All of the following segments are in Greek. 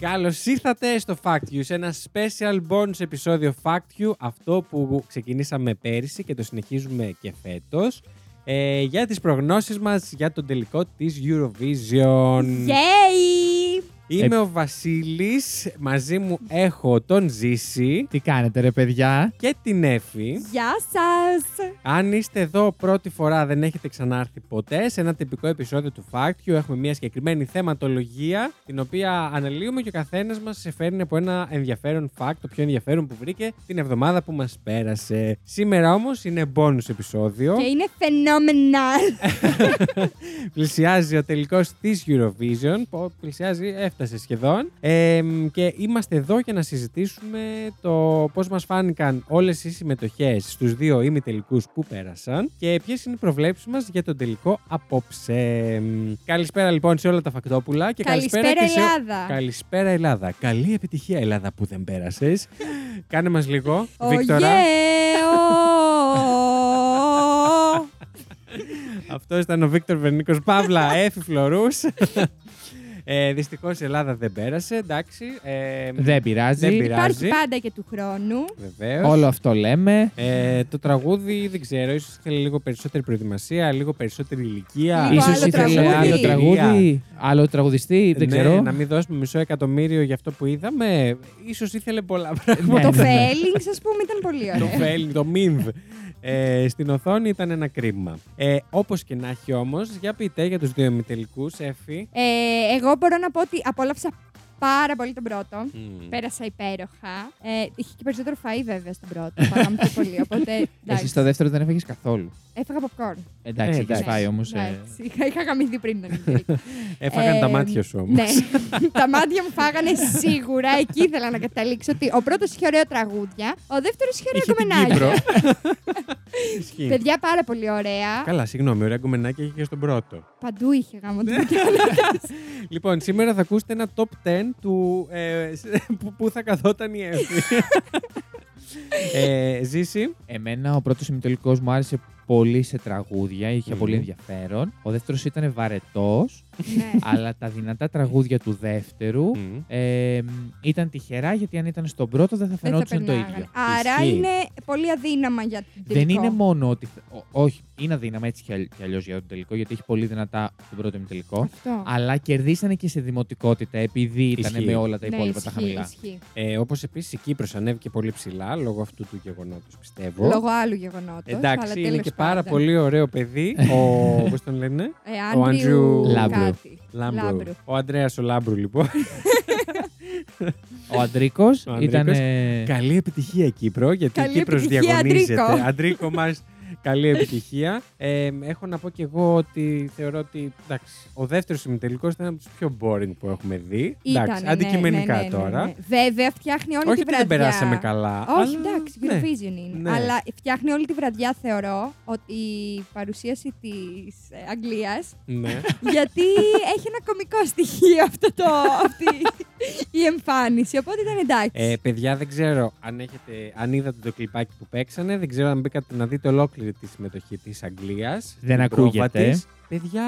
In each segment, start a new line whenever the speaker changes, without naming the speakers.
Καλώς ήρθατε στο Fact You, σε ένα special bonus επεισόδιο Fact You, αυτό που ξεκινήσαμε πέρυσι και το συνεχίζουμε και φέτος. Ε, για τις προγνώσεις μας για τον τελικό της Eurovision.
Yay!
Είμαι ο Βασίλης, μαζί μου έχω τον Ζήση
Τι κάνετε ρε παιδιά.
και την Εφη.
Γεια σας!
Αν είστε εδώ πρώτη φορά, δεν έχετε ξανάρθει ποτέ, σε ένα τυπικό επεισόδιο του Fact You έχουμε μια συγκεκριμένη θεματολογία, την οποία αναλύουμε και ο καθένας μας σε φέρνει από ένα ενδιαφέρον fact, το πιο ενδιαφέρον που βρήκε την εβδομάδα που μας πέρασε. Σήμερα όμως είναι bonus επεισόδιο.
Και είναι φαινόμενα.
Πλησιάζει ο τελικός της Eurovision. που Πλησιάζει, έφτασε σχεδόν. Ε, και είμαστε εδώ για να συζητήσουμε το πώς μας φάνηκαν όλες οι συμμετοχές στους δύο ημιτελικούς που πέρασαν και ποιες είναι οι προβλέψεις μας για τον τελικό απόψε. Καλησπέρα λοιπόν σε όλα τα φακτόπουλα και καλησπέρα,
Καλησπέρα
και σε...
Ελλάδα.
Καλησπέρα Ελλάδα. Καλή επιτυχία Ελλάδα που δεν πέρασες. Κάνε μας λίγο.
Oh,
Βίκτορα.
Ωγέο!
Αυτός ήταν ο Βίκτορ Βερνίκος Παύλα, έφη φλωρού. ε, Δυστυχώς η Ελλάδα δεν πέρασε, εντάξει. Ε,
Δεν πειράζει.
Δεν πειράζει.
Υπάρχει πάντα και του χρόνου.
Βεβαίως.
Όλο αυτό λέμε.
Ε, το τραγούδι δεν ξέρω, ίσως θέλει λίγο περισσότερη προετοιμασία, λίγο περισσότερη ηλικία.
Λίγο
Ίσως
άλλο
ήθελε
τραγούδι.
άλλο τραγούδι, άλλο τραγουδιστή, δεν
ναι,
ξέρω.
Να μην δώσουμε μισό εκατομμύριο για αυτό που είδαμε. Ίσως ήθελε πολλά πράγματα.
Το
ναι, ναι.
failing, σας πούμε, ήταν πολύ
το
ωραίο.
fail, το MINV. Ε, στην οθόνη ήταν ένα κρίμα. Ε, Όπως και να έχει όμως, για πείτε για τους δύο ημιτελικούς, Εφη.
Ε, εγώ μπορώ να πω ότι απόλαυσα πάρα πολύ τον πρώτο. Πέρασα υπέροχα. Ε, είχε και περισσότερο φαΐ βέβαια στον πρώτο. Φάγαμε πιο πολύ. Οπότε
Εσύ
εντάξει.
στο δεύτερο δεν έφεγες καθόλου.
Έφαγα popcorn.
Εντάξει,
Ε,
έχεις
εντάξει.
φάει όμως. ε.
Εντάξει. Είχα, είχα γαμηθεί πριν τον Ιγκυρίκο.
Έφαγαν
Ε,
τα μάτια σου όμως.
Ναι, τα μάτια μου φάγανε σίγουρα. Εκεί ήθελα να καταλήξω ότι ο πρώτος είχε ωραία τραγούδια, ο δεύτερος είχε ωραία
Είχε την Κύπρο.
κομμενάκια.
Ισχύει.
Παιδιά πάρα πολύ ωραία.
Καλά, συγγνώμη, ωραία γκουμενάκια είχε και στον πρώτο.
Παντού είχε γάμο
Ναι.
Ναι. του.
Λοιπόν, σήμερα θα ακούσετε ένα top 10 του, ε, σ- που, που θα καθόταν η Εύη. ε, Ζήση.
Εμένα ο πρώτος ημιτελικός μου άρεσε πολύ σε τραγούδια, είχε
Μμμ.
πολύ ενδιαφέρον. Ο δεύτερος ήταν βαρετός,
Ναι.
αλλά τα δυνατά τραγούδια του δεύτερου ε, ήταν τυχερά γιατί αν ήταν στον πρώτο δεν θα
Δεν θα
φαινόταν το
περνάγανε.
ίδιο.
Άρα
Ισχύει.
είναι πολύ αδύναμα για την
Δεν είναι μόνο ότι. ο- όχι, είναι αδύναμα έτσι κι αλλι- κι αλλιώς για τον τελικό, γιατί έχει πολύ δυνατά τον πρώτο ημιτελικό.
Αυτό.
Αλλά κερδίσανε και σε δημοτικότητα, επειδή ήταν
Ισχύει.
με όλα τα
Ναι,
υπόλοιπα τα
ισχύει,
χαμηλά.
ισχύει.
Ε, Όπως επίσης η Κύπρος ανέβηκε πολύ ψηλά λόγω αυτού του γεγονότος, πιστεύω.
Λόγω άλλου γεγονότος.
Εντάξει, είναι και πάρα πολύ ωραίο παιδί. Ο. Πώ τον λένε,
ο
ο
Ε, Άντριου
Άντριου
Λάμπρου.
κάτι.
Λάμπρου.
Λάμπρου.
Ο Αντρέα ο Λάμπρου, λοιπόν.
Ο Αντρίκο
Ο
ήταν.
Αντρίκος.
ε,
Καλή επιτυχία Κύπρο, γιατί
Καλή
η Κύπρος
επιτυχία,
διαγωνίζεται.
Αντρίκο.
Αντρίκο μας, καλή επιτυχία. Ε, έχω να πω κι εγώ ότι θεωρώ ότι εντάξει, ο δεύτερος ημιτελικός ήταν από τους πιο boring που έχουμε δει. εντάξει,
Ήτανε, ναι,
αντικειμενικά
ναι, ναι, ναι,
τώρα.
ναι. Βέβαια, φτιάχνει όλη
Όχι
τη
ότι
βραδιά.
δεν περάσαμε καλά.
Όχι,
αλλά,
εντάξει,
ναι.
Eurovision
Ναι.
είναι. Αλλά φτιάχνει όλη τη βραδιά, θεωρώ, ότι η παρουσίαση της Αγγλίας.
Ναι.
γιατί έχει ένα κωμικό στοιχείο αυτό το, αυτή η εμφάνιση. Οπότε ήταν εντάξει.
Ε, παιδιά, δεν ξέρω αν, έχετε, αν είδατε το κλιπάκι που παίξανε. Δεν ξέρω αν μπήκατε να δείτε ολόκληρη τη συμμετοχή της Αγγλίας.
Δεν
την πρόβα
ακούγεται.
της. Παιδιά,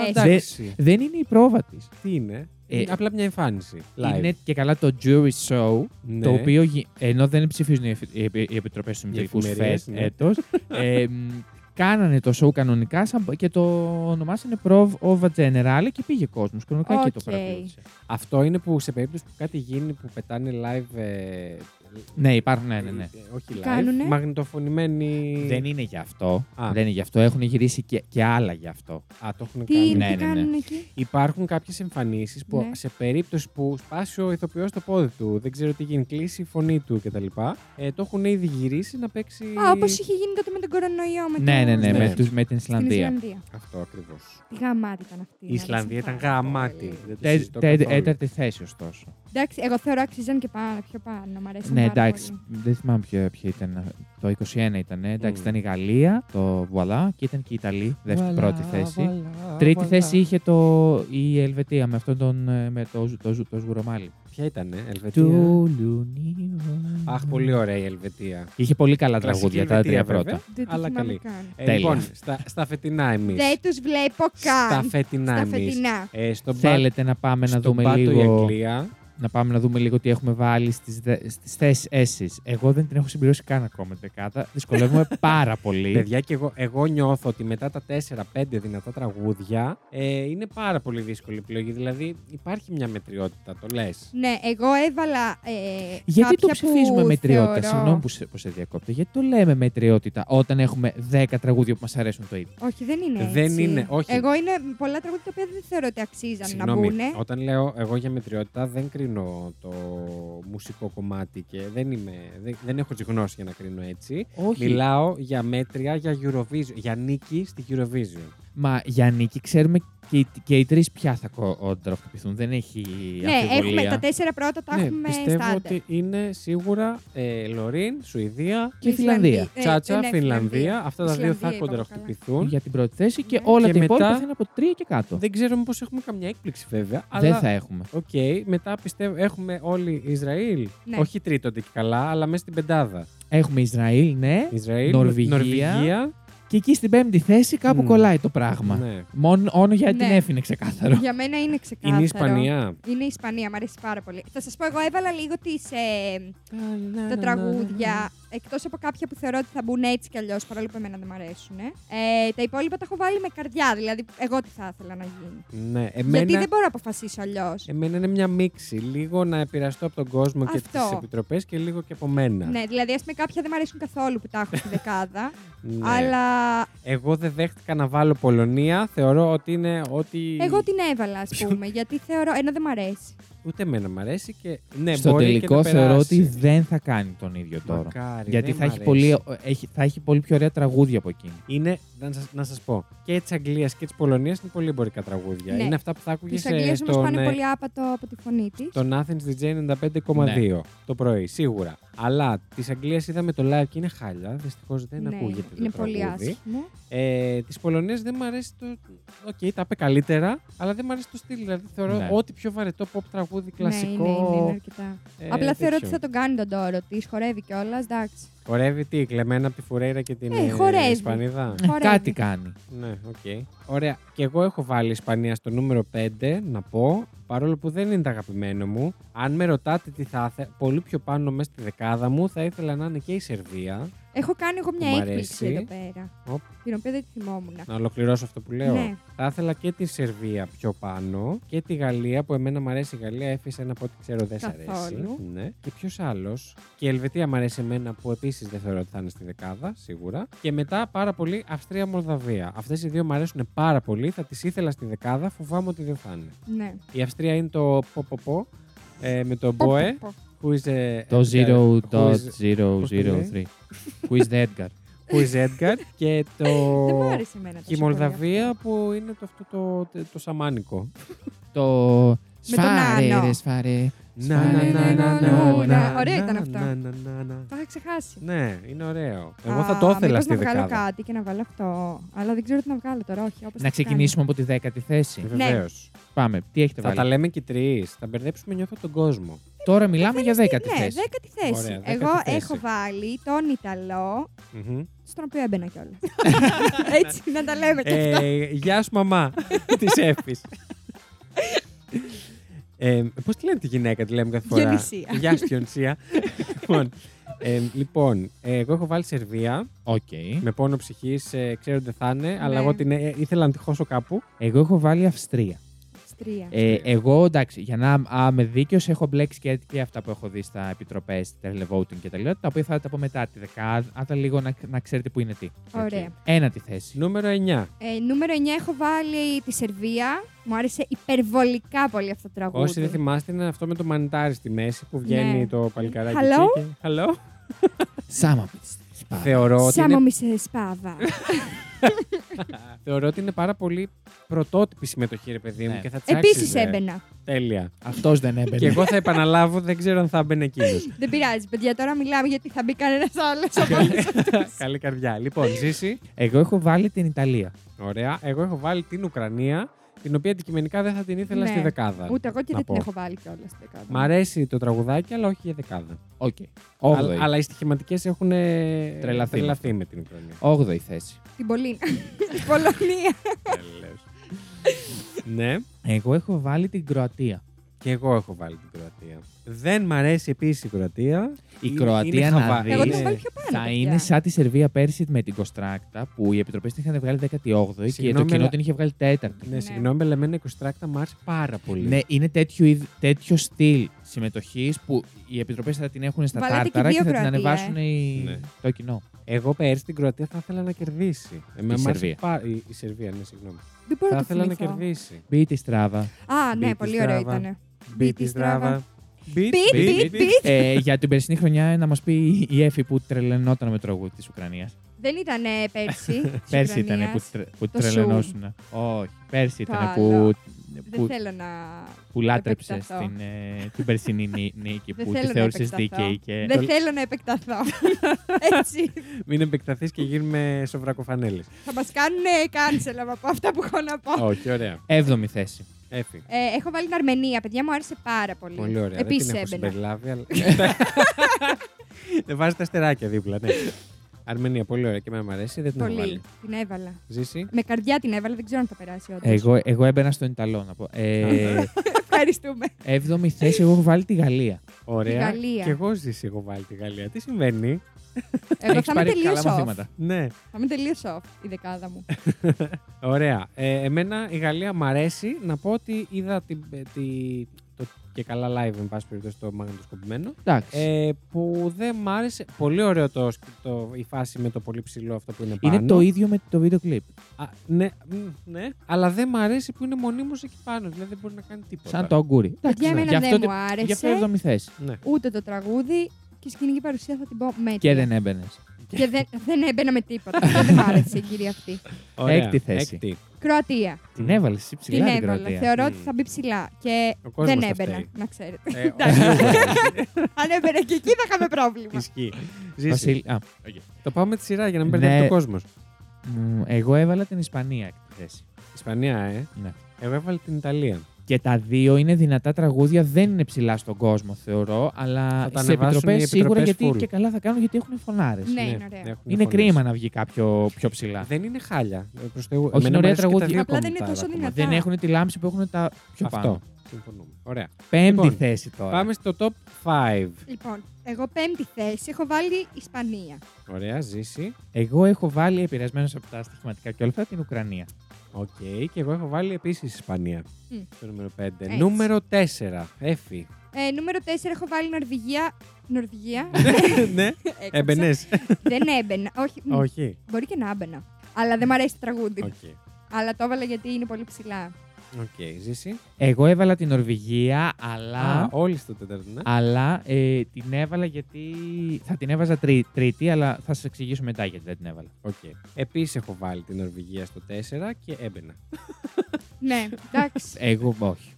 Έχει.
εντάξει.
Δεν είναι η πρόβα της.
Τι είναι.
Ε,
είναι απλά μια εμφάνιση. Live.
Είναι και καλά το jury show,
Ναι.
το οποίο γι- ενώ δεν ψηφίζουν οι εφη- οι επι- οι επιτροπές του ημιτελικού
εφημερίες,
φέτο.
ναι.
ε, μ, κάνανε το show κανονικά σαν- και το ονομάσανε Prov of a Generale και πήγε κόσμος. Κανονικά και το
Οκ.
παρακολούθησε.
Αυτό είναι που σε περίπτωση που κάτι γίνει που πετάνε live. ε,
Ναι, υπάρχουν, ναι, ναι, ναι.
ε, όχι live.
Κάνουνε.
Μαγνητοφωνημένοι.
Δεν είναι γι' αυτό.
Α.
Δεν είναι γι' αυτό. Έχουν γυρίσει και, και άλλα γι' αυτό.
Α, το έχουν
τι
κάνει.
είναι
ναι,
που
ναι, ναι.
κάνουν εκεί.
Υπάρχουν κάποιες εμφανίσεις που
Ναι.
σε περίπτωση που σπάσει ο ηθοποιός το πόδι του, δεν ξέρω τι γίνει, κλείσει η φωνή του κτλ. Ε, το έχουν ήδη γυρίσει να παίξει.
Α, όπως είχε γίνει τότε με τον κορονοϊό. Με
Ναι,
το-
ναι, ναι,
Ε, Ναι.
Με, τους, με την
Στην
Ισλανδία.
Ισλανδία.
Αυτό ακριβώς.
Τι γαμάτι ήταν αυτή.
Η Ισλανδία ήταν γαμάτη. Δεν το
Τε-
συζητώ
τε-
καθόλου.
Τέταρτη θέση, ωστόσο.
Εντάξει, εγώ θεωρώ αξίζαν και πάνω, πιο πάνω. Μ' αρέσει
Ναι, εντάξει. Δεν θυμάμαι ποιο, ποιο ήταν. Το 21 ήταν. Εντάξει,
Μμ.
ήταν η Γαλλία, το Βουαλά και ήταν και η Ιταλία. Δεύτερη, πρώτη θέση. Τρίτη θέση είχε το, η Ελβετία με αυτόν τον. ε, με το, ζου- το, ζου- το σγουρομάλι.
Ποια ήταν, Ελβετία.
Τουλουνίου.
Αχ, πολύ ωραία η Ελβετία.
Είχε πολύ καλά
Κλασική
τραγούδια τα
Ελβετία,
τρία
βέβαια.
πρώτα.
Δεν το
Αλλά
θυμάμαι
καλή.
καν.
Ε,
Τέλεια.
λοιπόν, στα, στα φετινά εμείς.
Δεν τους βλέπω
Στα
καν.
φετινά
Στα
εμείς.
φετινά.
Ε, στον μπα-
Θέλετε να πάμε να
στον
δούμε
πάτο η
λίγο.
Αγγλία.
Να πάμε να δούμε λίγο τι έχουμε βάλει στις, δε- στις θέσεις έσης. Εγώ δεν την έχω συμπληρώσει καν ακόμα την δεκάτα. Δυσκολεύομαι πάρα πολύ.
Παιδιά, και εγώ, εγώ νιώθω ότι μετά τα 4-5 δυνατά τραγούδια ε, είναι πάρα πολύ δύσκολη επιλογή. Δηλαδή υπάρχει μια μετριότητα, το λες.
Ναι, εγώ έβαλα. Ε,
γιατί το
κάποια
ψηφίζουμε
που
μετριότητα,
θεωρώ-
συγγνώμη που σε, που σε διακόπτω. Γιατί το λέμε μετριότητα όταν έχουμε 10 τραγούδια που μας αρέσουν το ίδιο.
Όχι, δεν είναι.
Ε, Δεν
έτσι.
είναι, όχι.
Εγώ είναι πολλά τραγούδια τα οποία δεν θεωρώ ότι αξίζαν να
Συγγνώμη,
μπουν.
όταν λέω εγώ για μετριότητα δεν κρίνω το μουσικό κομμάτι και δεν, είμαι, δεν, δεν έχω τη γνώση για να κρίνω έτσι.
Όχι.
Μιλάω για μέτρια για Eurovision, για νίκη στη Eurovision.
Μα για νίκη ξέρουμε και, οι- και οι τρεις πια θα κοντροχτυπηθούν. Δεν έχει
Ναι, έχουμε
αμφιβολία.
τα τέσσερα πρώτα
Ναι,
τα έχουμε
Ναι, πιστεύω
στάντερ.
ότι είναι σίγουρα ε, Λωρίν, Σουηδία,
Και Φιλανδία.
Ε,
Τσάτσα,
ναι,
Φινλανδία. Αυτά τα δύο
Ισλανδία
θα
είπαμε καλά.
κοντραχτυπηθούν.
λοιπόν Για την πρώτη θέση και
Ναι.
όλα
Και
τα υπόλοιπα
μετά-
θα είναι από τρία και κάτω.
Δεν ξέρω μήπως έχουμε καμιά έκπληξη βέβαια. Αλλά...
Δεν θα έχουμε.
Οκ, μετά πιστεύω έχουμε όλοι Ισραήλ.
Ναι.
Όχι τρίτονται και καλά, αλλά μέσα στην πεντάδα.
Έχουμε Ισραήλ, ναι.
Ισραήλ,
Νορβηγία. Και εκεί στην πέμπτη θέση κάπου
Μμ.
κολλάει το πράγμα.
Ναι.
Μόνο, όνο για την
Ναι.
έφη είναι ξεκάθαρο.
Για μένα είναι ξεκάθαρο.
Είναι η Ισπανία.
Είναι η Ισπανία, μου αρέσει πάρα πολύ. Θα σας πω, εγώ έβαλα λίγο τις, ε,
Ναι,
τα τραγούδια. Εκτός από κάποια που θεωρώ ότι θα μπουν έτσι κι αλλιώς, παρόλο που εμένα δεν μου αρέσουν. Ε, τα υπόλοιπα τα έχω βάλει με καρδιά, δηλαδή εγώ τι θα ήθελα να γίνει.
Ναι,
Γιατί
εμένα,
δεν μπορώ να αποφασίσω αλλιώς.
εμένα είναι μια μίξη. Λίγο να επηρεαστώ από τον κόσμο και
Αυτό.
τις επιτροπές και λίγο και από μένα.
Ναι, δηλαδή ας πούμε κάποια δεν μου αρέσουν καθόλου που τα έχω στη δεκάδα.
Ναι.
αλλά
Εγώ δεν δέχτηκα να βάλω Πολωνία. Θεωρώ ότι είναι ότι.
εγώ την έβαλα, ας πούμε, γιατί θεωρώ. ενώ δεν μου αρέσει.
Ούτε εμένα μ' αρέσει και. Ναι,
Στο
μπορεί και
τελικό
να
θεωρώ
περάσει.
ότι δεν θα κάνει τον ίδιο τώρα.
Μακάρι,
Γιατί
δεν
θα
μ'
έχει,
αρέσει.
πολύ, έχει, θα έχει πολύ πιο ωραία τραγούδια από εκείνη.
Είναι, να σας, να σας πω, και της Αγγλίας και της Πολωνίας είναι πολύ εμπορικά τραγούδια.
Ναι.
Είναι αυτά που θα άκουγες
Της Αγγλίας όμω
στον,
πάνε
ε,
πολύ άπατο από τη φωνή της.
τον Athens DJ 95,2 το πρωί, σίγουρα. Αλλά της Αγγλίας είδαμε το live και είναι χάλια. Δυστυχώς ναι, δεν ακούγεται. το
Ναι, είναι πολύ
τραγούδι.
άσχημο. Ναι,
Ε, της Πολωνίας δεν μου αρέσει το. Οκ, τα είπε καλύτερα, αλλά δεν μου αρέσει το στυλ. Δηλαδή θεωρώ
Ναι.
ότι πιο βαρετό pop τραγούδι, κλασικό.
Ναι, είναι, είναι, είναι αρκετά.
ε,
Απλά θεωρώ ότι
τέτοιο.
θα τον κάνει τον τόρο τη. Χορεύει κιόλας, εντάξει.
Χορεύει τι, κλεμμένα από τη Φουρέιρα και την
Ε,
ε,
χορεύει.
Ισπανίδα.
Χορεύει.
Κάτι κάνει.
Ναι, οκ. Ωραία. Και εγώ έχω βάλει Ισπανία στο νούμερο 5, να πω. Παρόλο που δεν είναι το αγαπημένο μου. Αν με ρωτάτε τι θα ήθελα, πολύ πιο πάνω μέσα στη δεκάδα μου θα ήθελα να είναι και η Σερβία.
Έχω κάνει εγώ
Μ'
μια
αρέσει.
έκπληξη εδώ πέρα.
Οπ.
Την οποία δεν τη θυμόμουν.
Να ολοκληρώσω αυτό που λέω.
Ναι.
Θα ήθελα και τη Σερβία πιο πάνω και τη Γαλλία που εμένα μου αρέσει η Γαλλία. Έφυγε ένα από ό,τι ξέρω δεν σ' αρέσει.
Καθόλου.
Ναι. Και ποιος άλλος. Και η Ελβετία μου αρέσει εμένα που επίσης δεν θεωρώ ότι θα είναι στη δεκάδα σίγουρα. Και μετά πάρα πολύ Αυστρία-Μολδαβία. Αυτές οι δύο μου αρέσουν πάρα πολύ. Θα τις ήθελα στη δεκάδα. Φοβάμαι ότι δεν θα είναι.
Ναι.
Η Αυστρία είναι το ποποπό ε, με τον Μποέ.
Πω, πω, πω.
Who is, ε,
Το
Edgar, who is- πώς το
0.003. Who is the Edgar.
who is Edgar. και το.
Δεν μου άρεσε εμένα
Και η Μολδαβία που είναι το, αυτό το, το, το σαμάνικο.
Το.
Με τον
Σφάρε,
Άνω.
ρε, σφάρε.
Να, να, να, να, να, να,
Ωραία ήταν
να,
αυτό.
να, να, να, να.
Το είχα ξεχάσει.
Ναι, είναι ωραίο. Εγώ θα
Α,
το ήθελα
μήπως
στη
να βγάλω
δεκάδα.
κάτι και να βάλω αυτό. Αλλά δεν ξέρω τι να βγάλω τώρα, όχι. Όπως
Να ξεκινήσουμε από τη δέκατη θέση.
Ναι.
Βεβαίως.
Πάμε. Τι έχετε
Ε, Θα τα
βάλει.
λέμε και τρεις. Θα μπερδέψουμε νιώθω τον κόσμο.
Τώρα μιλάμε για δέκατη
Δέκατη ναι,
θέση.
δέκατη θέση.
Ωραία, δέκατη
Εγώ
θέση.
έχω βάλει τον Ιταλό,
Μμμ.
στον οποίο έμπαινα κιόλας. Έτσι, να τα λέμε και αυτά.
Ε, Γεια σου μαμά της Εφη. Ε, Πώς τη λένε τη γυναίκα, τη λέμε κάθε φορά.
Διονυσία.
Γεια σου, Διονυσία. λοιπόν, ε, λοιπόν, ε, εγώ έχω βάλει Σερβία
Οκ.
με πόνο ψυχής. Ε, ξέρω ότι δεν θα είναι, αλλά
Ναι.
εγώ την, ε, ήθελα να τη χώσω κάπου.
Εγώ έχω βάλει Αυστρία.
Στις Τρία.
Ε, εγώ εντάξει, για να α, είμαι δίκαιος, έχω μπλέξει και, και αυτά που έχω δει στα επιτροπές, τα televoting και τα λοιπά, τα οποία θα τα πω μετά τη δεκάδα, λίγο να, να ξέρετε που είναι τι.
Ωραία.
οκ.
Ένα τη θέση.
Νούμερο 9.
Ε, νούμερο 9 έχω βάλει τη Σερβία. Μου άρεσε υπερβολικά πολύ αυτό το τραγούδι.
Όσοι δεν θυμάστε, είναι αυτό με το μανιτάρι στη μέση που βγαίνει
Ναι.
το παλικάράκι.
Hello?
εκεί και- Hello?
Σάμα.
Θεωρώ ότι,
Σάμο
είναι,
μισέ σπάβα.
θεωρώ ότι είναι πάρα πολύ πρωτότυπη συμμετοχή, ρε παιδί μου.
Ναι.
Και θα τσάξει.
Επίση έμπαινα.
Τέλεια.
Αυτός δεν
και
έμπαινε.
εγώ θα επαναλάβω, δεν ξέρω αν θα μπαινε εκείνος.
Δεν πειράζει, παιδιά. Τώρα μιλάμε γιατί θα μπει Ναι. κανένας άλλος από όλους.
Καλή καρδιά. Λοιπόν, ζήσει.
Εγώ έχω βάλει την Ιταλία.
Ωραία. Εγώ έχω βάλει την Ουκρανία την οποία αντικειμενικά δεν θα την ήθελα
Ναι.
στη δεκάδα.
Ούτε εγώ και
να
δεν την
πω.
έχω βάλει κιόλας στη δεκάδα.
Μ' αρέσει το τραγουδάκι, αλλά όχι για δεκάδα.
Οκ.
Αλλά,
Όγδοη.
αλλά οι στοιχηματικές έχουν ε,
Τρελαθεί με αυτό.
με την Ουκρανία.
Όγδοη θέση.
Την Πολίνα. Στην Πολωνία.
ναι.
Εγώ έχω βάλει την Κροατία.
Και εγώ έχω βάλει την Κροατία. Δεν μ' αρέσει επίσης η Κροατία.
Η
Είναι- Ναι.
Κροατία
είναι
να
χαβα-
δεις.
Εγώ την έχω
είναι-
βάλει πιο πάνω.
Θα
παιδιά.
είναι σαν τη Σερβία πέρσι με την Κοστράκτα που οι επιτροπές την είχαν βγάλει 18η και το
Συγγνώμη,
κοινό
αλλά-
την είχε βγάλει 4η.
Ναι,
Ναι.
συγγνώμη, αλλά εμένα η Κοστράκτα μ' άρεσε πάρα πολύ.
Ναι, είναι τέτοιο, είδ- τέτοιο στυλ συμμετοχής που οι επιτροπές θα την έχουν στα
Βάλατε και ε.
τάρταρα και,
δύο
θα την
Κροατία,
ανεβάσουν οι...
Ναι.
το κοινό.
Εγώ πέρσι την Κροατία θα ήθελα να κερδίσει. Εμένα
Η
μ' άρεσε
Σερβία.
πά- Η, η Σερβία, ναι, συγγνώμη.
Δεν μπορώ
θα
να το
ήθελα να
θυμηθώ.
κερδίσει.
Μπείτε στράβα.
Α, ναι,
Beat
πολύ
τη
ωραίο
Strava.
ήταν.
Beat
τη
τη
Strava.
Strava. Beat,
Beat,
beat, beat.
beat, beat.
ε, για την περσινή χρονιά να μας πει η Εφη που τρελαινόταν με το τραγούδι της Ουκρανίας.
Δεν ήταν ε, πέρσι. της
Πέρσι ήταν που,
Ουκρανίας.
τρε, που
Το σου.
τρελαινόσουν. Όχι, πέρσι
Το
ήταν που,
άλλο. Δεν
που,
θέλω να.
που λάτρεψες
επεκταθώ.
την, ε, την περσινή νί- νίκη
Δεν
που
θέλω
τη
να
θεώρησες
επεκταθώ.
δίκαιη. Και...
Δεν θέλω να επεκταθώ. Έτσι.
Μην επεκταθείς και γίνουμε σοβρακοφανέλες.
Θα μας κάνουν ε, cancel από αυτά που έχω να πω.
Όχι, ωραία.
Έβδομη θέση.
Έφυγε.
Ε, έχω βάλει την Αρμενία, παιδιά μου άρεσε πάρα πολύ.
Πολύ ωραία.
Επίσης
δεν την έχω
έμπαινα.
συμπεριλάβει, αλλά. δεν βάζει τα αστεράκια δίπλα, ναι. Αρμενία, πολύ ωραία και εμένα μου αρέσει. Δεν την έχω
Πολύ.
βάλει.
Την έβαλα.
Ζήσει.
Με καρδιά την έβαλα, δεν ξέρω αν θα περάσει όντως.
Εγώ, εγώ έμπαινα στον Ιταλό να πω. Ε,
Ευχαριστούμε.
έβδομη θέση, εγώ έχω βάλει τη
Ε,
Γαλλία.
Ωραία.
Η Γαλλία.
Και εγώ ζήσει, έχω βάλει τη Γαλλία. Τι συμβαίνει.
Εγώ
Έχεις
θα είμαι
πάρει
τελείω
καλά
off.
μαθήματα.
Ναι.
Θα είμαι τελείως off η δεκάδα μου.
Ωραία. Ε, εμένα η Γαλλία μ' αρέσει. Να πω ότι είδα τη, τη- το και καλά live, εν πάση περιπτώσει, το μαγνητοσκοπημένο.
Εντάξει.
Ε, που δεν μ' άρεσε. Πολύ ωραίο το, το, η φάση με το πολύ ψηλό αυτό που είναι πάνω.
είναι το ίδιο με το βίντεο κλιπ.
Α, ναι, μ, ναι, αλλά δεν μ' αρέσει που είναι μονίμως εκεί πάνω. Δηλαδή δεν μπορεί να κάνει τίποτα.
Σαν το αγκούρι.
Παιδιά,
ναι.
εμένα
Γι' αυτό
δεν
το-
μου
Γι' αυτό
άρεσε.
έβδομη θέση.
Ναι.
Ούτε το τραγούδι και η σκηνική παρουσία θα την πω μέτρια.
Και δεν έμπαινες.
Και δεν, δεν έμπαινα με τίποτα. Αυτό δεν μ' άρεσε η κυρία αυτή.
Ωραία.
Έκτη θέση.
Έκτη.
Κροατία.
Την έβαλες εσύ ψηλά την
την έβαλα.
Κροατία.
Θεωρώ
Μμμ.
ότι θα μπει ψηλά. Και
Ο κόσμος
δεν
τα
έμπαινα,
φταίει.
να ξέρετε.
Ε, ο-
Αν έμπαινα και εκεί θα είχαμε πρόβλημα.
Ισχύει. Ζήσει.
Βασίλη, α,
Το πάμε με τη σειρά για να μην μπερδεύει
Ναι.
ο κόσμο.
μ, εγώ έβαλα την Ισπανία έκτη θέση.
Ισπανία, ε.
Ναι.
Εγώ έβαλα την Ιταλία.
Και τα δύο είναι δυνατά τραγούδια, δεν είναι ψηλά στον κόσμο, θεωρώ, αλλά
Θα τα
σε
ανεβάσουν οι
επιτροπές σίγουρα
επιτροπές
γιατί
full.
και καλά θα κάνουν γιατί έχουν φωνάρες.
Ναι, είναι ωραία.
έχουν
Είναι
φωνές.
κρίμα ναι. να βγει κάποιο πιο ψηλά.
Δεν είναι χάλια. ε, Προς Θεού.
είναι ωραία τραγούδια.
Απλά δεν είναι τόσο δυνατά.
Δεν έχουν τη λάμψη που έχουν τα πιο πάνω.
Αυτό. Συμφωνούμε. Ωραία.
Πέμπτη
Λοιπόν,
θέση τώρα.
Πάμε στο top 5.
Λοιπόν, εγώ πέμπτη θέση έχω βάλει Ισπανία.
Ωραία, ζήσει.
Εγώ έχω βάλει επηρεασμένος από τα στοιχηματικά και όλα αυτά την Ουκρανία.
Οκ. Και εγώ έχω βάλει επίσης Ισπανία.
Μμ.
Το νούμερο 5.
Έτσι.
Νούμερο 4. Έφη.
Ε, νούμερο 4 έχω βάλει Νορβηγία. Νορβηγία.
ναι.
Έκαψα.
Έμπαινες.
Δεν έμπαινα. Όχι. μ,
Όχι.
Μπορεί και να έμπαινα. Αλλά δεν μ' αρέσει το τραγούδι.
Οκ.
Αλλά το έβαλα γιατί είναι πολύ ψηλά.
Οκ. Ζήσει.
Εγώ έβαλα την Νορβηγία, αλλά.
Α, όλοι στο τέταρτο, ναι.
Αλλά ε, την έβαλα γιατί. Θα την έβαζα τρί- τρίτη, αλλά θα σας εξηγήσω μετά γιατί δεν την έβαλα.
Οκ. Επίσης έχω βάλει την Νορβηγία στο 4 και έμπαινα.
ναι, εντάξει.
Εγώ όχι.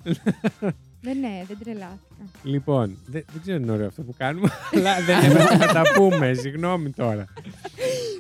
δεν, ναι, δεν τρελάθηκα.
Λοιπόν, δε- δεν ξέρω αν είναι ωραίο αυτό που κάνουμε, αλλά δεν έπρεπε να τα πούμε. Συγγνώμη τώρα.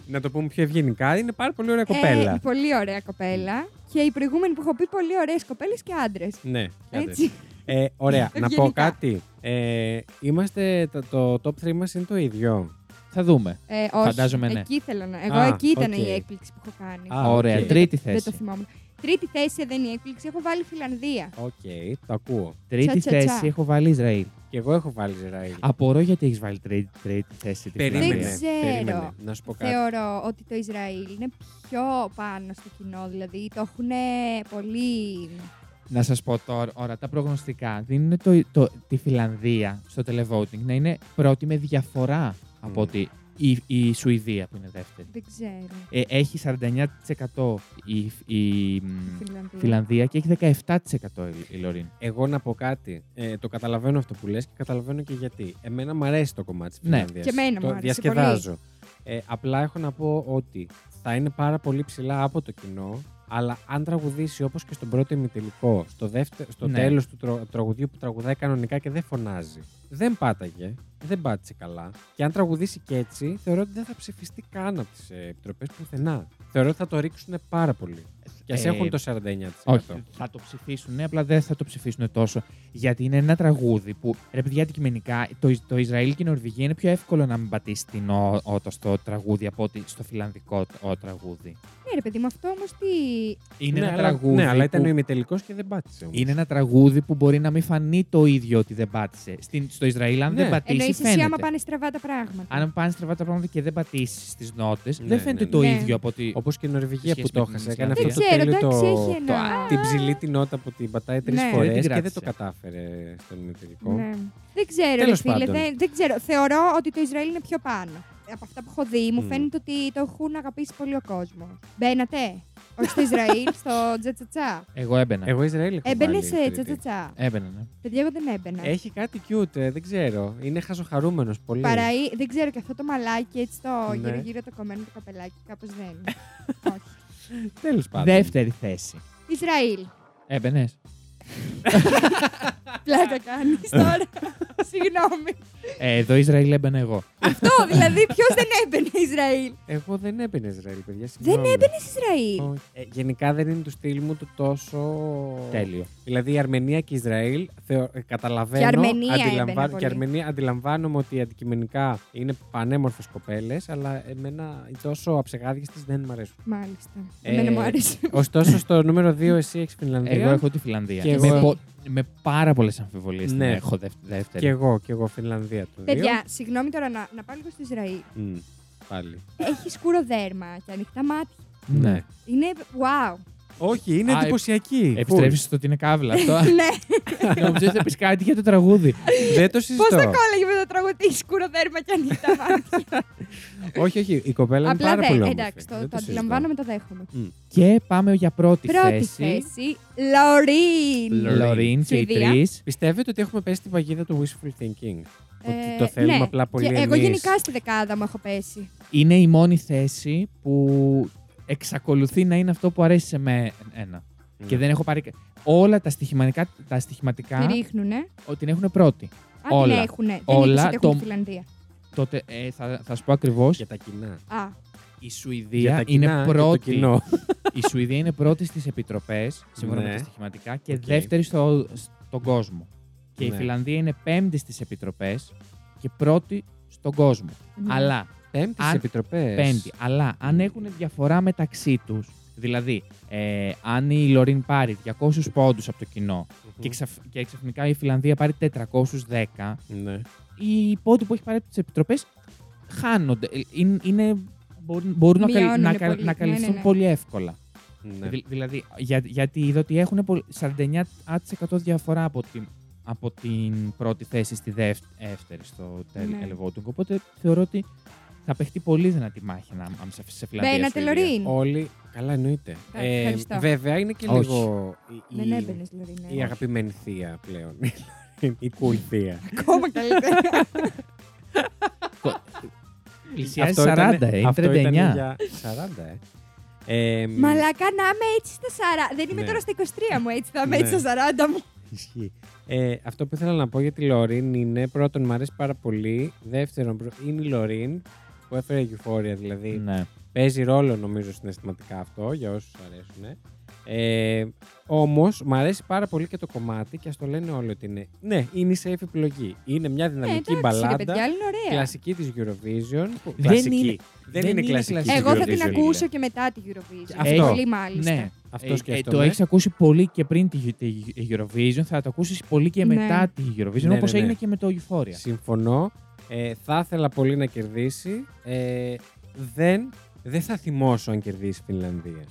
να το πούμε πιο ευγενικά. Είναι πάρα πολύ ωραία
Ε,
κοπέλα.
πολύ ωραία κοπέλα. Και η προηγούμενη που έχω πει, πολύ ωραίες κοπέλες και άντρες.
ναι, άντε.
Έτσι.
Ε, ωραία, να πω
Ευγενικά.
κάτι. Ε, είμαστε, το, το top 3 μας είναι το ίδιο.
Θα δούμε.
Ε, όχι,
Φαντάζομαι ναι.
Εκεί θέλω να. Εγώ
Α,
εκεί ήταν
οκ.
η έκπληξη που έχω κάνει.
Α,
Ωραία.
οκ.
Τρίτη
Δεν το
θέση.
θυμόμουν. Τρίτη θέση δεν είναι η έκπληξη. Έχω βάλει Φιλανδία.
Οκ, το ακούω.
Τρίτη
Τσα, τσα, τσα.
θέση έχω βάλει Ισραήλ.
Και εγώ έχω βάλει Ισραήλ.
Απορώ γιατί έχεις βάλει τρίτη, τρίτη θέση. τη
Δεν
Περίμενε,
Φιλανδία.
ξέρω.
περίμενε. Να σου πω κάτι.
Θεωρώ ότι το Ισραήλ είναι πιο πάνω στο κοινό. Δηλαδή το έχουν πολύ.
Να σας πω τώρα, ώρα, τα προγνωστικά δίνουν το, το, τη Φιλανδία στο televoting να είναι πρώτη με διαφορά από
Μμ.
ότι η, η Σουηδία που είναι δεύτερη.
Δεν ξέρω.
Ε, έχει 49% η, η, μ,
Φιλανδία.
Φιλανδία και έχει 17% η- η Λωρίν.
Εγώ να πω κάτι. Ε, το καταλαβαίνω αυτό που λες και καταλαβαίνω και γιατί. Εμένα μου αρέσει το κομμάτι της
Ναι.
Φιλανδίας.
Και εμένα
το
μου άρεσε
διασκεδάζω. Ε, απλά έχω να πω ότι θα είναι πάρα πολύ ψηλά από το κοινό, αλλά αν τραγουδήσει όπως και στον πρώτο ημιτελικό, στο, δεύτε, στο
Ναι.
τέλος του τρο- τραγουδιού που τραγουδάει κανονικά και δεν φωνάζει, δεν πάταγε, δεν πάτησε καλά. Και αν τραγουδήσει και έτσι, θεωρώ ότι δεν θα ψηφιστεί καν από τις ε, επιτροπές πουθενά. Θεωρώ ότι θα το ρίξουν πάρα πολύ. Και ας
Ε,
έχουν το 49%.
Όχι, θα το ψηφίσουν, ναι, απλά δεν θα το ψηφίσουν τόσο. Γιατί είναι ένα τραγούδι που, ρε παιδιά, αντικειμενικά το, Ισ- το Ισραήλ και η Νορβηγία είναι πιο εύκολο να μην πατήσει την ό- ότο στο τραγούδι από ότι στο φιλανδικό τ- ο τραγούδι.
Ναι, ρε παιδί μου, αυτό όμως τι.
Είναι
ναι,
ένα
αλλά,
τραγούδι.
ναι, αλλά ήταν ο
που...
ημιτελικός και δεν πάτησε. όμως.
Είναι ένα τραγούδι που μπορεί να μην φανεί το ίδιο ότι δεν πάτησε. Στην, στο Ισραήλ, αν
Ναι.
δεν πατήσεις.
Εννοείς εσύ
φαίνεται.
άμα πάνε στραβά τα πράγματα.
Αν πάνε στραβά τα πράγματα και δεν πατήσεις τις νότες,
Ναι,
δεν
ναι,
φαίνεται
ναι.
το
Ναι.
ίδιο από ότι.
Όπως και η Νορβηγία
σχέση
που το
με την
έχασε.
Ισλανδία.
Έκανε αυτό
Δεν
το
ξέρω,
τέλειο
εντάξει, έχει
το.
ένα.
α,
Την ψηλή την νότα που την πατάει τρεις
Ναι.
φορές
Δεν την
και δεν το
κράτησε.
κατάφερε στον ημιτελικό.
Ναι. Δεν ξέρω, ρε
Τέλος
φίλε.
πάντων.
Δεν, δεν ξέρω. Θεωρώ ότι το Ισραήλ είναι πιο πάνω. Από αυτά που έχω δει, μου
Μμμ.
φαίνεται ότι το έχουν αγαπήσει πολύ ο κόσμος. Μπαίνατε. Όχι στο Ισραήλ, στο τζατσατσά.
Εγώ έμπαινα.
Εγώ Ισραήλ έχω
Έμπαινε
βάλει
σε
τρίτη. Ε.
τζατσατσά.
Έμπαινα, ναι.
Παιδιά, εγώ δεν έμπαινα.
Έχει κάτι cute, ε, δεν ξέρω. Είναι χαζοχαρούμενος πολύ.
Παραεί, δεν ξέρω και αυτό το μαλάκι έτσι το
Ναι.
γύρω-γύρω το κομμένο το καπελάκι, κάπως δεν. είναι. Όχι.
Τέλος πάντων.
Δεύτερη θέση.
Ισραήλ.
Έμπαινες.
Πλάκα κάνεις τώρα. Συγγνώμη.
Ε, εδώ Ισραήλ έμπαινα εγώ.
αυτό δηλαδή, ποιος δεν έμπαινε Ισραήλ.
Εγώ δεν έμπαινε Ισραήλ, παιδιά.
Δεν
συγγνώμη.
έμπαινες Ισραήλ.
Όχι. Ε, γενικά δεν είναι του στυλ μου το τόσο.
Τέλειο.
Δηλαδή η Αρμενία και η Ισραήλ θεω... ε, καταλαβαίνω.
Και η Αρμενία έμπαινε
αντιλαμβα...
πολύ.
και η Αρμενία αντιλαμβάνομαι ότι αντικειμενικά είναι πανέμορφες κοπέλες, αλλά εμένα οι τόσο αψεγάδιες της δεν μου αρέσουν.
Μάλιστα.
Ε,
Εμένα μου άρεσε.
Ωστόσο, στο νούμερο 2 εσύ έχεις Φινλανδία.
Εγώ έχω τη Φιλανδία.
Και
με,
εγώ.
με πάρα πολλές αμφιβολίες
Ναι.
ναι. έχω δευ- δεύτερη.
Και εγώ, και εγώ Φινλανδία το 2.
Παιδιά, συγγνώμη τώρα να, να πάω λίγο στο Ισραήλ.
πάλι.
Έχεις σκούρο δέρμα και ανοιχτά μάτια.
Ναι.
Είναι wow.
Όχι, είναι
Α, ε-
εντυπωσιακή. Full.
Επιστρέφεις στο ότι είναι κάβλα αυτό.
ναι,
Νομίζω ότι θα πεις κάτι για το τραγούδι.
Δεν το
πώς
συζητώ.
θα κόλλαγε με το τραγουδί σκούρο δέρμα και ανοιχτά μάτια.
όχι, όχι, η κοπέλα είναι
Απλά
πάρα πολύ
δεν.
όμορφη.
Εντάξει, το,
Δεν συζητώ.
το αντιλαμβάνομαι, το δέχομαι.
και πάμε για πρώτη,
Πρώτη θέση, Λωρίν.
Λο-
Λωρίν και οι
Σουηδία.
τρεις.
Πιστεύετε ότι έχουμε πέσει την παγίδα του wishful thinking.
Ε,
ότι το θέλουμε
ναι.
απλά πολύ
Και
εμείς.
Εγώ γενικά στη δεκάδα μου έχω πέσει.
Είναι η μόνη θέση που εξακολουθεί να είναι αυτό που αρέσει σε μένα.
Ναι.
Και δεν έχω πάρει. κα- Όλα τα στοιχηματικά, τα στοιχηματικά
Τη ρίχνουνε.
ο- την έχουν πρώτη.
Αν
Όλα.
την έχουνε. Δεν
Όλα,
ήξερα ότι έχουν
το-
στη Φιλανδία.
Τότε ε, θα, θα σου πω ακριβώς.
Για τα κοινά.
Α,
Η
Για τα
Σουηδία
κοινά
είναι
και
πρώτη.
Το κοινό.
Η Σουηδία είναι πρώτη στις επιτροπές, σύμφωνα
Ναι.
με τα στοιχηματικά, και
Οκ.
δεύτερη στο, στον κόσμο. Και η
Ναι.
Φιλανδία είναι πέμπτη στις επιτροπές και πρώτη στον κόσμο.
ναι.
Αλλά,
Πέμπτη
Αν-
επιτροπές.
πέμπτη, αλλά αν έχουν διαφορά μεταξύ τους, δηλαδή ε, αν η Λωρίν πάρει 200 πόντους από το κοινο και, ξαφ, και ξαφνικά η Φιλανδία πάρει 410,
Ναι.
οι πόντοι που έχει πάρει από τις επιτροπές χάνονται. Ε, Είναι, είναι- μπορούν, μπορούν να, καλυ-
Μειώνουν
να, κα-
πολύ. Ναι,
να
ναι,
καλυφθούν
ναι.
πολύ εύκολα.
ναι.
Δη- δηλαδή, για, γιατί είδα ότι έχουν πο- 49% διαφορά από την, από την πρώτη θέση στη δεύ- δεύτερη στο τελ
Ναι.
voting. Οπότε θεωρώ ότι θα παίχτεί πολύ δυνατή μάχη να, ανάμεσα σε Φιλανδία.
Μπαίνατε
Σουηδία.
Λωρίν.
Όλοι. Καλά, εννοείται. Ε,
Εντάξει, Ε, ευχαριστώ.
βέβαια είναι και
Όχι.
λίγο. η-
Δεν
η-
έμπαινες Λωρίν.
Η
ε.
αγαπημένη θεία πλέον. Η cool θεία.
Ακόμα καλύτερα.
Πλησιάζει
Αυτό
40,
ήταν-
ε, είναι
αυτό ήταν
39.
για 40, ε. ε. μ,
Μαλάκα να είμαι έτσι στα 40. Δεν είμαι
Ναι.
τώρα στα 23 μου, έτσι θα είμαι
Ναι.
έτσι στα 40 μου.
Ισχύει. Ε, αυτό που ήθελα να πω για τη Λωρίν είναι πρώτον, μου αρέσει πάρα πολύ. Δεύτερον, προ- είναι η Λωρίν που έφερε Euphoria, δηλαδή.
Ναι.
Παίζει ρόλο νομίζω συναισθηματικά αυτό για όσους αρέσουν. Ε, Όμως, μου αρέσει πάρα πολύ και το κομμάτι και ας το λένε όλοι ότι είναι. Ναι, είναι η safe επιλογή. Είναι μια
Ναι,
δυναμική
εντάξει, ρε
μπαλάντα.
παιδιά, είναι ωραία.
κλασική της Eurovision. που- κλασική.
είναι-
δεν,
δεν
είναι
είναι
κλασική. της
κλασική.
Εγώ θα
Eurovision,
την
Eurovision,
ακούσω
λέει.
και μετά τη Eurovision.
Αυτό.
Πολύ μάλιστα.
Ναι.
Αυτό
Ε, ε,
σκέφτομαι.
το έχεις ακούσει πολύ και πριν τη, τη Eurovision, θα το ακούσεις πολύ και
Ναι.
μετά τη Eurovision,
Ναι,
όπως
ναι, ναι.
έγινε και με το Euphoria.
Συμφωνώ. Ε, θα ήθελα πολύ να κερδίσει. Ε, δεν, δεν θα θυμώσω αν κερδίσει η Φινλανδία.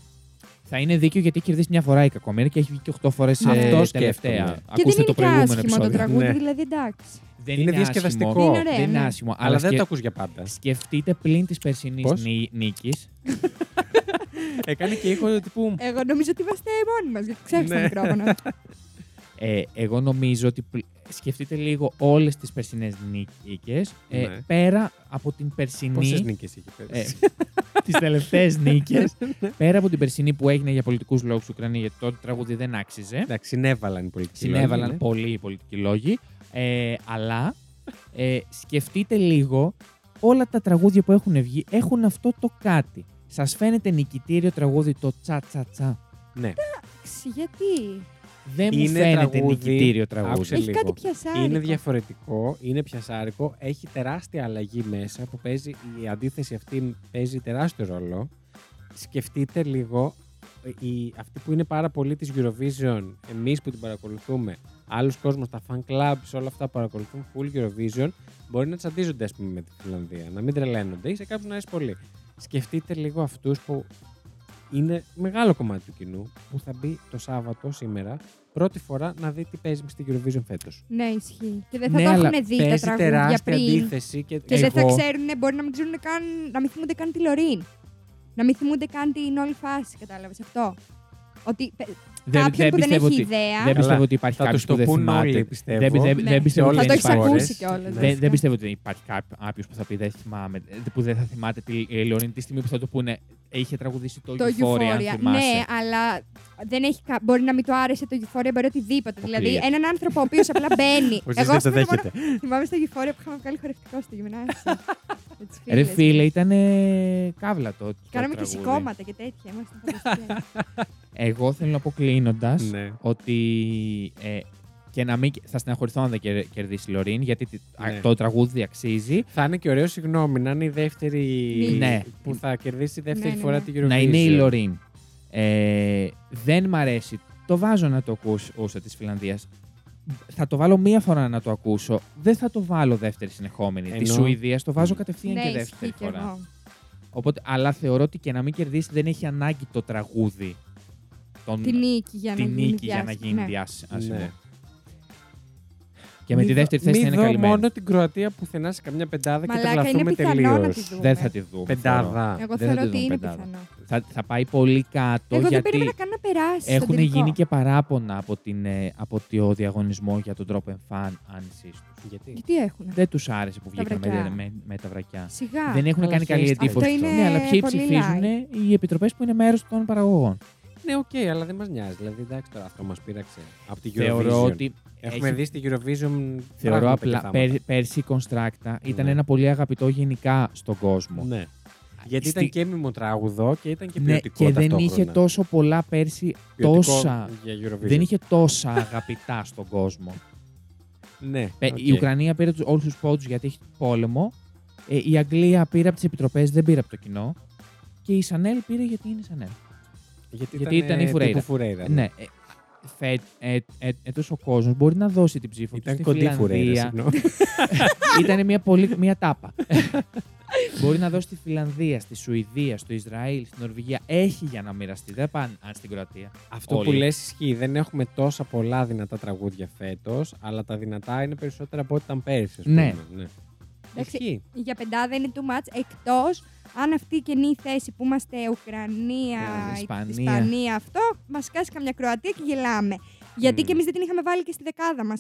Θα είναι δίκαιο γιατί έχει κερδίσει μια φορά η κακομοίρα και έχει βγει και 8 φορέ
Αυτός
τελευταία.
σκέφτομαι.
Και δεν
Ακούστε
είναι
το
και
προηγούμενο
άσχημο το
επεισόδιο.
τραγούδι,
Ναι.
δηλαδή εντάξει.
Δεν
Είναι
είναι,
διασκεδαστικό.
άσχημο.
Είναι ωραίο,
δεν είναι
ναι.
άσχημο. Αλλά,
Αλλά δεν
σκε-
το ακούς για πάντα.
σκεφτείτε πλην της περσινής
Πώς?
νίκης.
Έκανε και ήχο τύπου.
Εγώ νομίζω ότι είμαστε μόνοι μας, γιατί ξέχασα το
Ναι.
μικρόφωνο.
Ε, εγώ νομίζω ότι πλ- σκεφτείτε λίγο όλες τις περσινές νίκες. Ε,
Ναι.
Πέρα από την περσινή.
Πόσες νίκες είχε
Ε,
πέρυσι.
τις τελευταίες νίκε.
Ναι.
πέρα από την περσινή που έγινε για πολιτικούς λόγους στην Ουκρανία, γιατί τότε το τραγούδι δεν άξιζε.
Εντάξει, συνέβαλαν οι πολιτικοί.
Συνέβαλαν
λόγοι,
πολλοί οι πολιτικοί λόγοι. Ε, αλλά ε, σκεφτείτε λίγο, όλα τα τραγούδια που έχουν βγει έχουν αυτό το κάτι. Σας φαίνεται νικητήριο τραγούδι το τσα τσα τσα.
Ναι.
Εντάξει, γιατί.
Δεν μου
Είναι
φαίνεται
τραγούδι.
νικητήριο τραγούδι.
Άκουσε.
Έχει
λίγο.
κάτι πιασάρικο.
Είναι διαφορετικό, είναι πιασάρικο, έχει τεράστια αλλαγή μέσα που παίζει, η αντίθεση αυτή παίζει τεράστιο ρόλο. Σκεφτείτε λίγο, ε, η, αυτή που είναι πάρα πολύ της Eurovision, εμείς που την παρακολουθούμε, άλλος κόσμος, τα fan clubs, όλα αυτά που παρακολουθούν full Eurovision, μπορεί να τσαντίζονται ας πούμε με τη Φιλανδία, να μην τρελαίνονται ή σε κάποιους να αρέσει πολύ. Σκεφτείτε λίγο αυτούς που είναι μεγάλο κομμάτι του κοινού που θα μπει το Σάββατο σήμερα πρώτη φορά να δει τι παίζει στην Eurovision φέτος.
Ναι, ισχύει. Και δεν θα
Ναι,
το
αλλά
έχουν δει τα
Παίζει
τραγούδια
τεράστια
πριν.
αντίθεση και,
Και
εγώ,
δεν θα ξέρουν, μπορεί να μην ξέρουν καν, να μην θυμούνται καν τη Λωρίν. Να μην θυμούνται καν την όλη φάση, κατάλαβες αυτό. Ότι πε-
Δεν,
κάποιον
δεν
που δεν
πιστεύω
έχει
ότι,
ιδέα.
δεν πιστεύω
Καλά.
ότι υπάρχει
Θα
κάποιο
τους
που
το
δεν
πούν
θυμάται.
όλοι,
Δεν,
πιστεύω.
δεν,
Ναι.
δεν πιστεύω
όλες
ότι
θα το
δεν
τις
έχεις
υπάρχει.
φορές.
ακούσει κιόλα.
Ναι.
Δεν, δεν πιστεύω ότι υπάρχει κάποιο που θα πει δεν θυμάμαι, που δεν θα θυμάται τη ε, Λεωνίνη τη στιγμή που θα του πούνε ε, είχε τραγουδήσει το,
το
Euphoria, αν
Euphoria.
θυμάσαι.
Ναι, αλλά δεν έχει, κα- μπορεί να μην του άρεσε το Euphoria, μπορεί οτιδήποτε. Δηλαδή,
Αποκλείεται.
έναν άνθρωπο ο οποίος απλά μπαίνει.
Ο Ζης δεν το
ας πούμε, μόνο-
δέχεται.
Θυμάμαι στο Euphoria που είχαμε βγάλει χορευτικό στη γυμνάσια. Με τις
Ρε
φίλες.
φίλε, ήταν ε, καύλα το, το
Κάναμε και
τραγούδι.
σηκώματα και τέτοια. Ήμασταν φανταστικοί.
Εγώ θέλω να πω κλείνοντας
Ναι.
ότι ε, και να μην, θα στεναχωρηθώ αν δεν κερ- κερδίσει η Λωρίν, γιατί τη- α,
Ναι.
το τραγούδι αξίζει.
Θα είναι και ωραίο, συγγνώμη, να είναι η δεύτερη.
Ναι.
που θα κερδίσει η δεύτερη
Ναι, ναι,
φορά
ναι.
την Eurovision.
Να είναι η Λωρίν. Ε, δεν μ' αρέσει. Το βάζω να το ακούσω της Φιλανδίας. Θα το βάλω μία φορά να το ακούσω. Δεν θα το βάλω δεύτερη συνεχόμενη. Τη
Ενώ-
Σουηδίας το βάζω κατευθείαν
Ναι,
και
ισχύει
δεύτερη
και
φορά.
εγώ.
Οπότε, αλλά θεωρώ ότι και να μην κερδίσει δεν έχει ανάγκη το τραγούδι. Τον,
Τη νίκη για να
την
γίνει
νίκη για να
διάσημη.
γίνει
Ναι.
διάσημη.
Ναι.
Και με
Μη
τη
δω-
δεύτερη θέση
μη
θα είναι
δω
καλυμμένη.
μόνο την Κροατία πουθενά σε καμιά πεντάδα και
Μαλάκα,
τα
είναι
βλαφούμε
πιθανό να
τελείως.
τη δούμε.
Δεν θα τη δούμε. θεωρώ.
Πεντάδα.
Εγώ
Δεν θα
θεωρώ
τη
ότι
δούμε
είναι
πεντάδα.
πιθανό.
Θα, θα πάει πολύ κάτω
Εγώ δεν περίμενα
γιατί
καν να περάσει. στον
έχουν
τελικό.
γίνει και παράπονα από, την, ε, από το διαγωνισμό για τον τρόπο εμφάνιση τους.
Γιατί.
Γιατί έχουν.
Δεν τους άρεσε που βγήκαν με,
βρακιά.
με, με τα βρακιά.
Σιγά.
δεν έχουν
αλλά
κάνει καλή
χαίρεστε.
εντύπωση.
Αυτό είναι
ναι, αλλά ποιοι
πολύ
ψηφίζουν οι επιτροπές που είναι μέρος των παραγωγών.
Ναι, οκ, αλλά δεν μας νοιάζει. Δηλαδή, εντάξει, τώρα αυτό μας πείραξε από την Eurovision.
Θεωρώ ότι.
Έχουμε
έχει-
δει στην Eurovision.
Θεωρώ
πράγματα και
απλά
θάματα.
πέρ- πέρσι η Constracta ήταν
Ναι.
ένα πολύ αγαπητό γενικά στον κόσμο.
Ναι. Γιατί
Στη-
ήταν και μιμοτράγουδο και ήταν και
Ναι,
ποιοτικό.
και δεν
ταυτόχρονα.
είχε τόσο πολλά πέρσι
Ποιοτικό
τόσα.
Για Eurovision.
Δεν είχε τόσα αγαπητά στον κόσμο.
Ναι,
Ε,
οκ.
Η Ουκρανία πήρε τους όλους τους πόντους γιατί έχει πόλεμο. Ε, η Αγγλία πήρε από τις επιτροπές, δεν πήρε από το κοινό. Και η Σανέλ πήρε γιατί είναι Σανέλ.
Γιατί,
γιατί ήταν
ε,
η Φουρέιρα.
τύπου Φουρέιρα.
Ναι. ε, φε- ε, ε, έτος ο κόσμος μπορεί να δώσει την ψήφο του
Ήταν
στη
κοντή Φουρέιρα,
Φιλανδία.
συγγνώμη.
Ήταν μια, πολύ, μια τάπα. μπορεί να δώσει στη Φιλανδία, στη Σουηδία, στο Ισραήλ, στην Νορβηγία. Έχει για να μοιραστεί. Δεν πάνε αν στην Κροατία.
Αυτό
Όλοι.
που λες ισχύει. Δεν έχουμε τόσα πολλά δυνατά τραγούδια φέτος, αλλά τα δυνατά είναι περισσότερα από ό,τι ήταν πέρυσι. ας
Ναι.
πούμε. ναι.
Εντάξει,
Ισχύει.
για πεντάδα είναι too much, εκτός αν αυτή η καινή θέση που είμαστε Ουκρανία,
Ε,
η-
Ισπανία.
Ισπανία, αυτό, μας κάσει καμιά Κροατία και γελάμε. Γιατί
Μμμ.
και εμείς δεν την είχαμε βάλει και στη δεκάδα μας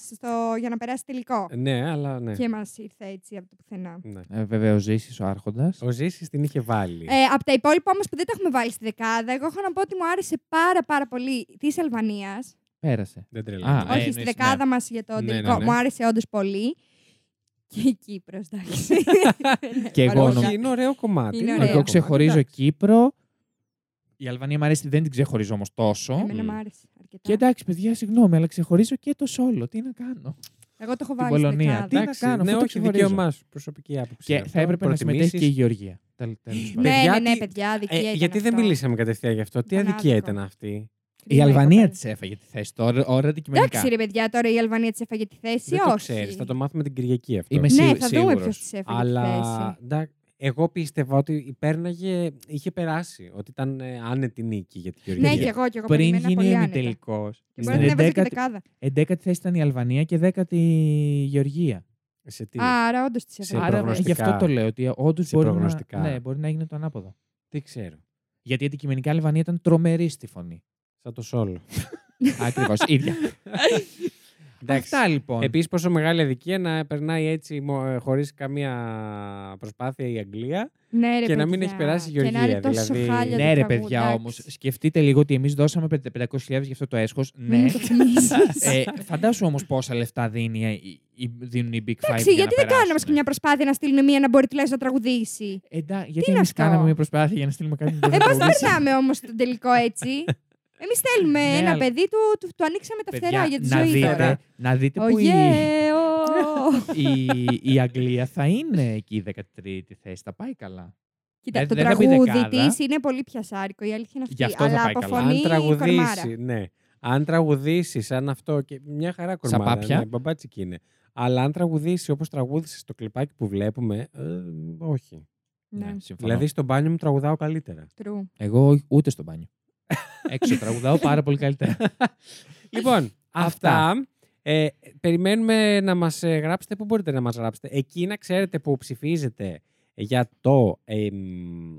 για να περάσει τελικό.
Ναι, αλλά ναι.
Και μας ήρθε έτσι από το πουθενά.
Ναι.
Ε, βέβαια, ο Ζήσης, ο Άρχοντας.
Ο Ζήσης την είχε βάλει.
Ε, από τα υπόλοιπα όμως που δεν τα έχουμε βάλει στη δεκάδα, εγώ έχω να πω ότι μου άρεσε πάρα πάρα πολύ της Αλβανίας.
Πέρασε.
Δεν τρελαίνω.
Α, ε.
όχι, στη
εννοείς,
δεκάδα μας για το
Ναι, ναι,
τελικό.
ναι.
Μου άρεσε όντως πολύ. Και η Κύπρος, εντάξει.
Και εγώ
Παρόλα.
νομίζω-
Όχι, είναι ωραίο κομμάτι.
Είναι ωραίο.
Εγώ ξεχωρίζω
Εντάξει.
Κύπρο. Η Αλβανία μου αρέσει, δεν την ξεχωρίζω όμως τόσο.
Εμένα
Μμ.
μου άρεσε αρκετά.
Και εντάξει, παιδιά, συγγνώμη, αλλά ξεχωρίζω και το σόλο. Τι να κάνω.
Εγώ το έχω
Την
βάλει στη
Πολωνία.
δεκάδα.
Τι να
Εντάξει,
κάνω,
ναι,
αυτό το
όχι,
ξεχωρίζω.
δικαίωμά σου. Προσωπική άποψη.
Και
αυτό.
θα έπρεπε να συμμετέχει
Προτιμήσεις.
και η Γεωργία. Τέλ- τέλος πάντων.
Ναι,
Παιδιά,
ναι, ναι,
τι-
παιδιά,
Ε,
δικαία ήταν
γιατί δεν
αυτό.
μιλήσαμε κατευθείαν γι' αυτό. Τι
Ήταν
αδικία
άδικο.
ήταν αυτή.
Κρίμα
Η
η
Αλβανία
κοπέλα.
της έφαγε τη θέση τώρα, ώρα αντικειμενικά.
ναι, Εντάξει, ρε παιδιά, τώρα η Αλβανία της έφαγε τη θέση.
Δεν
όχι.
το ξέρεις. Θα το μάθουμε την Κυριακή αυτό.
Είμαι
Ναι,
σίγου-
θα δούμε ποιος
σίγουρος.
της έφαγε τη
Αλλά
θέση.
ντα- εγώ πίστευα ότι πέρναγε, είχε περάσει. Ότι ήταν ε, άνετη νίκη για την Γεωργία.
Ναι, και εγώ και εγώ
Πριν
περίμενα πολύ
γίνει ο
άνετα. Και
ημιτελικό.
μπορεί να την
στην
έβαζε και δεκάδα.
11η θέση ήταν η Αλβανία και 10η η Γεωργία.
Σε τι,
Άρα όντως της
Σε
έφαγε.
Άρα ναι, γι'
προγνωστικά.
αυτό το λέω ότι όντως
Σε
μπορεί, να-
προγνωστικά.
ναι, μπορεί να έγινε το ανάποδο.
τι ξέρω.
Γιατί αντικειμενικά η Αλβανία ήταν τρομερή στη φωνή.
Σαν το σόλο.
Ακριβώς, ίδια. Αυτά λοιπόν.
Ε,
Επίσης, πόσο μεγάλη αδικία να περνάει έτσι χωρίς καμία προσπάθεια η Αγγλία.
Ναι, ρε
Και να
παιδιά.
μην έχει περάσει η
Και να
Γεωργία,
είναι τόσο
δηλαδή.
χάλια το
Ναι, ρε
τραγούδι,
παιδιά
εντάξει.
όμως. Σκεφτείτε λίγο ότι εμείς δώσαμε 500.000 για αυτό το έσχος.
Μην
Ναι.
το θυμίσεις.
ε, φαντάσου όμως πόσα λεφτά δίνει, ε, η- η- δίνουν οι Big Five.
Εντάξει,
για
γιατί δεν
να
κάνουμε
ναι.
περάσουνε.
και μια προσπάθεια να στείλουμε μία να μπορεί τουλάχιστον να τραγουδήσει.
Εντά, γιατί
είναι
εμείς
αυτό?
κάναμε μια προσπάθεια για να στείλουμε κάτι που
Ε,
δεν
μα
μπορούσε.
περνάμε όμως τον τελικό έτσι. Εμείς θέλουμε
Ναι,
ένα
αλλά-
παιδί του, του, του ανοίξαμε τα φτερά για τη
να,
ζωή
δείτε,
τώρα. Oh,
να δείτε
Ο
που η,
Γέο.
η, η Αγγλία θα είναι εκεί η 13η θέση. Θα πάει καλά.
Κοίτα,
Ε,
Δεν-
το
δεν θα μπει
τραγούδι
δεκάδα.
της είναι πολύ πιασάρικο, η αλήθεια είναι αυτή.
Γι' αυτό θα
αλλά
πάει καλά.
αποφωνεί
Αν
η κορμάρα.
τραγουδήσει, ναι. Αν τραγουδήσει σαν αυτό και μια χαρά κορμάρα.
Σαπάπια.
Ναι, μπαμπάτσικη είναι. Αλλά αν τραγουδήσει όπως τραγούδισε στο κλιπάκι που βλέπουμε, ε, όχι.
Ναι.
Ναι, συμφωνώ.
Δηλαδή στο μπάνιο μου τραγουδάω καλύτερα.
True.
Εγώ ούτε στο μπάνιο. Έξω τραγουδάω πάρα πολύ καλύτερα.
Λοιπόν,
Αυτά.
αυτά. Ε, περιμένουμε να μας ε, γράψετε. Πού μπορείτε να μας γράψετε. Εκεί να ξέρετε που ψηφίζετε για το... Ε, μ,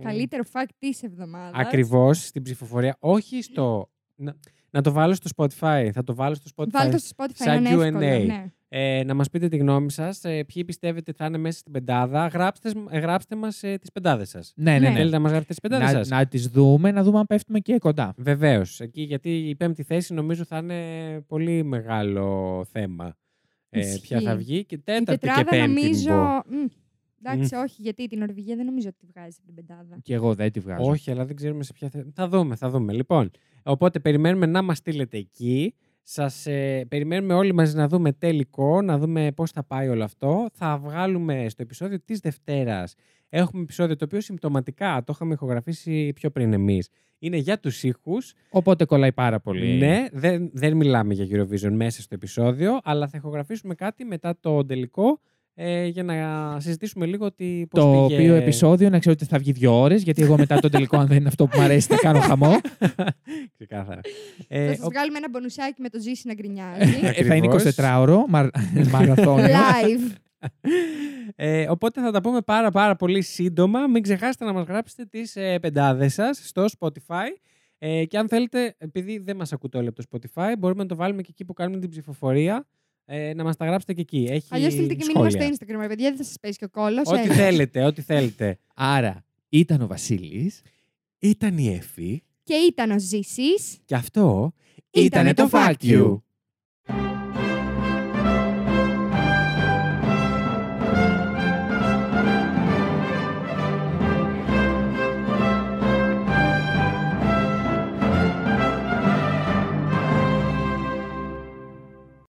Καλύτερο fact της εβδομάδας.
Ακριβώς, στην ψηφοφορία. Όχι στο... Να, να το βάλω στο Spotify. Θα το βάλω στο Spotify.
Βάλτε στο Spotify
Σαν
είναι εύκολο,
Q&A.
ναι.
Ε, να μας πείτε τη γνώμη σας. Ε, ποιοι πιστεύετε θα είναι μέσα στην πεντάδα. Γράψτε, ε, γράψτε μας ε, τις πεντάδες σας.
ναι, ναι,
Ναι.
ναι.
Θέλετε να μας γράψετε τις πεντάδες
Να,
σας.
να τις δούμε, να δούμε αν πέφτουμε και κοντά.
Βεβαίως. Εκεί γιατί η πέμπτη θέση νομίζω θα είναι πολύ μεγάλο θέμα. Ε,
Ισχύει.
ποια θα βγει και
Η
τέταρτη και
τετράδα
πέμπτη. μου πω.
νομίζω. Μμ, Εντάξει, όχι, γιατί την Νορβηγία δεν νομίζω ότι τη βγάζει από την πεντάδα.
Και εγώ δεν τη βγάζω.
Όχι, αλλά δεν ξέρουμε σε ποια θέση. Θα δούμε, θα δούμε. Λοιπόν, οπότε περιμένουμε να μας στείλετε εκεί. Σας ε, περιμένουμε όλοι μαζί να δούμε τελικό, να δούμε πώς θα πάει όλο αυτό. Θα βγάλουμε στο επεισόδιο της Δευτέρας. Έχουμε επεισόδιο το οποίο συμπτωματικά το είχαμε ηχογραφήσει πιο πριν εμείς. Είναι για τους ήχους.
Οπότε κολλάει πάρα πολύ.
Ναι, δεν, δεν μιλάμε για Eurovision μέσα στο επεισόδιο, αλλά θα ηχογραφήσουμε κάτι μετά το τελικό ε, για να συζητήσουμε λίγο ότι πώς
το
πήγε...
οποίο επεισόδιο να ξέρω ότι θα βγει δύο ώρες, γιατί εγώ μετά το τελικό, αν δεν είναι αυτό που μου αρέσει, θα κάνω χαμό.
Ξεκάθαρα.
Θα
Ε,
σας
ο-
βγάλουμε ένα μπονουσάκι με το ζήσει να γκρινιάζει.
Ε, θα είναι
Ακριβώς.
24ωρο, μαρα... μαραθώνιο.
Live.
ε, οπότε θα τα πούμε πάρα πάρα πολύ σύντομα. Μην ξεχάσετε να μας γράψετε τις ε, πεντάδες σας στο Spotify. Ε, και αν θέλετε, επειδή δεν μας ακούτε όλοι από το Spotify, μπορούμε να το βάλουμε και εκεί που κάνουμε την ψηφοφορία. Ε, να μας τα γράψετε και εκεί. Έχει
Αλλιώς στείλτε και μήνυμα στο
σχόλια.
Instagram, ρε παιδιά, δεν θα σας πέσει και ο ε. κόλος.
Ό,τι θέλετε, ό,τι θέλετε.
Άρα, ήταν ο Βασίλης.
Ήταν η Εφη
Και ήταν ο Ζήσης.
και αυτό
Ήτανε το Fact You.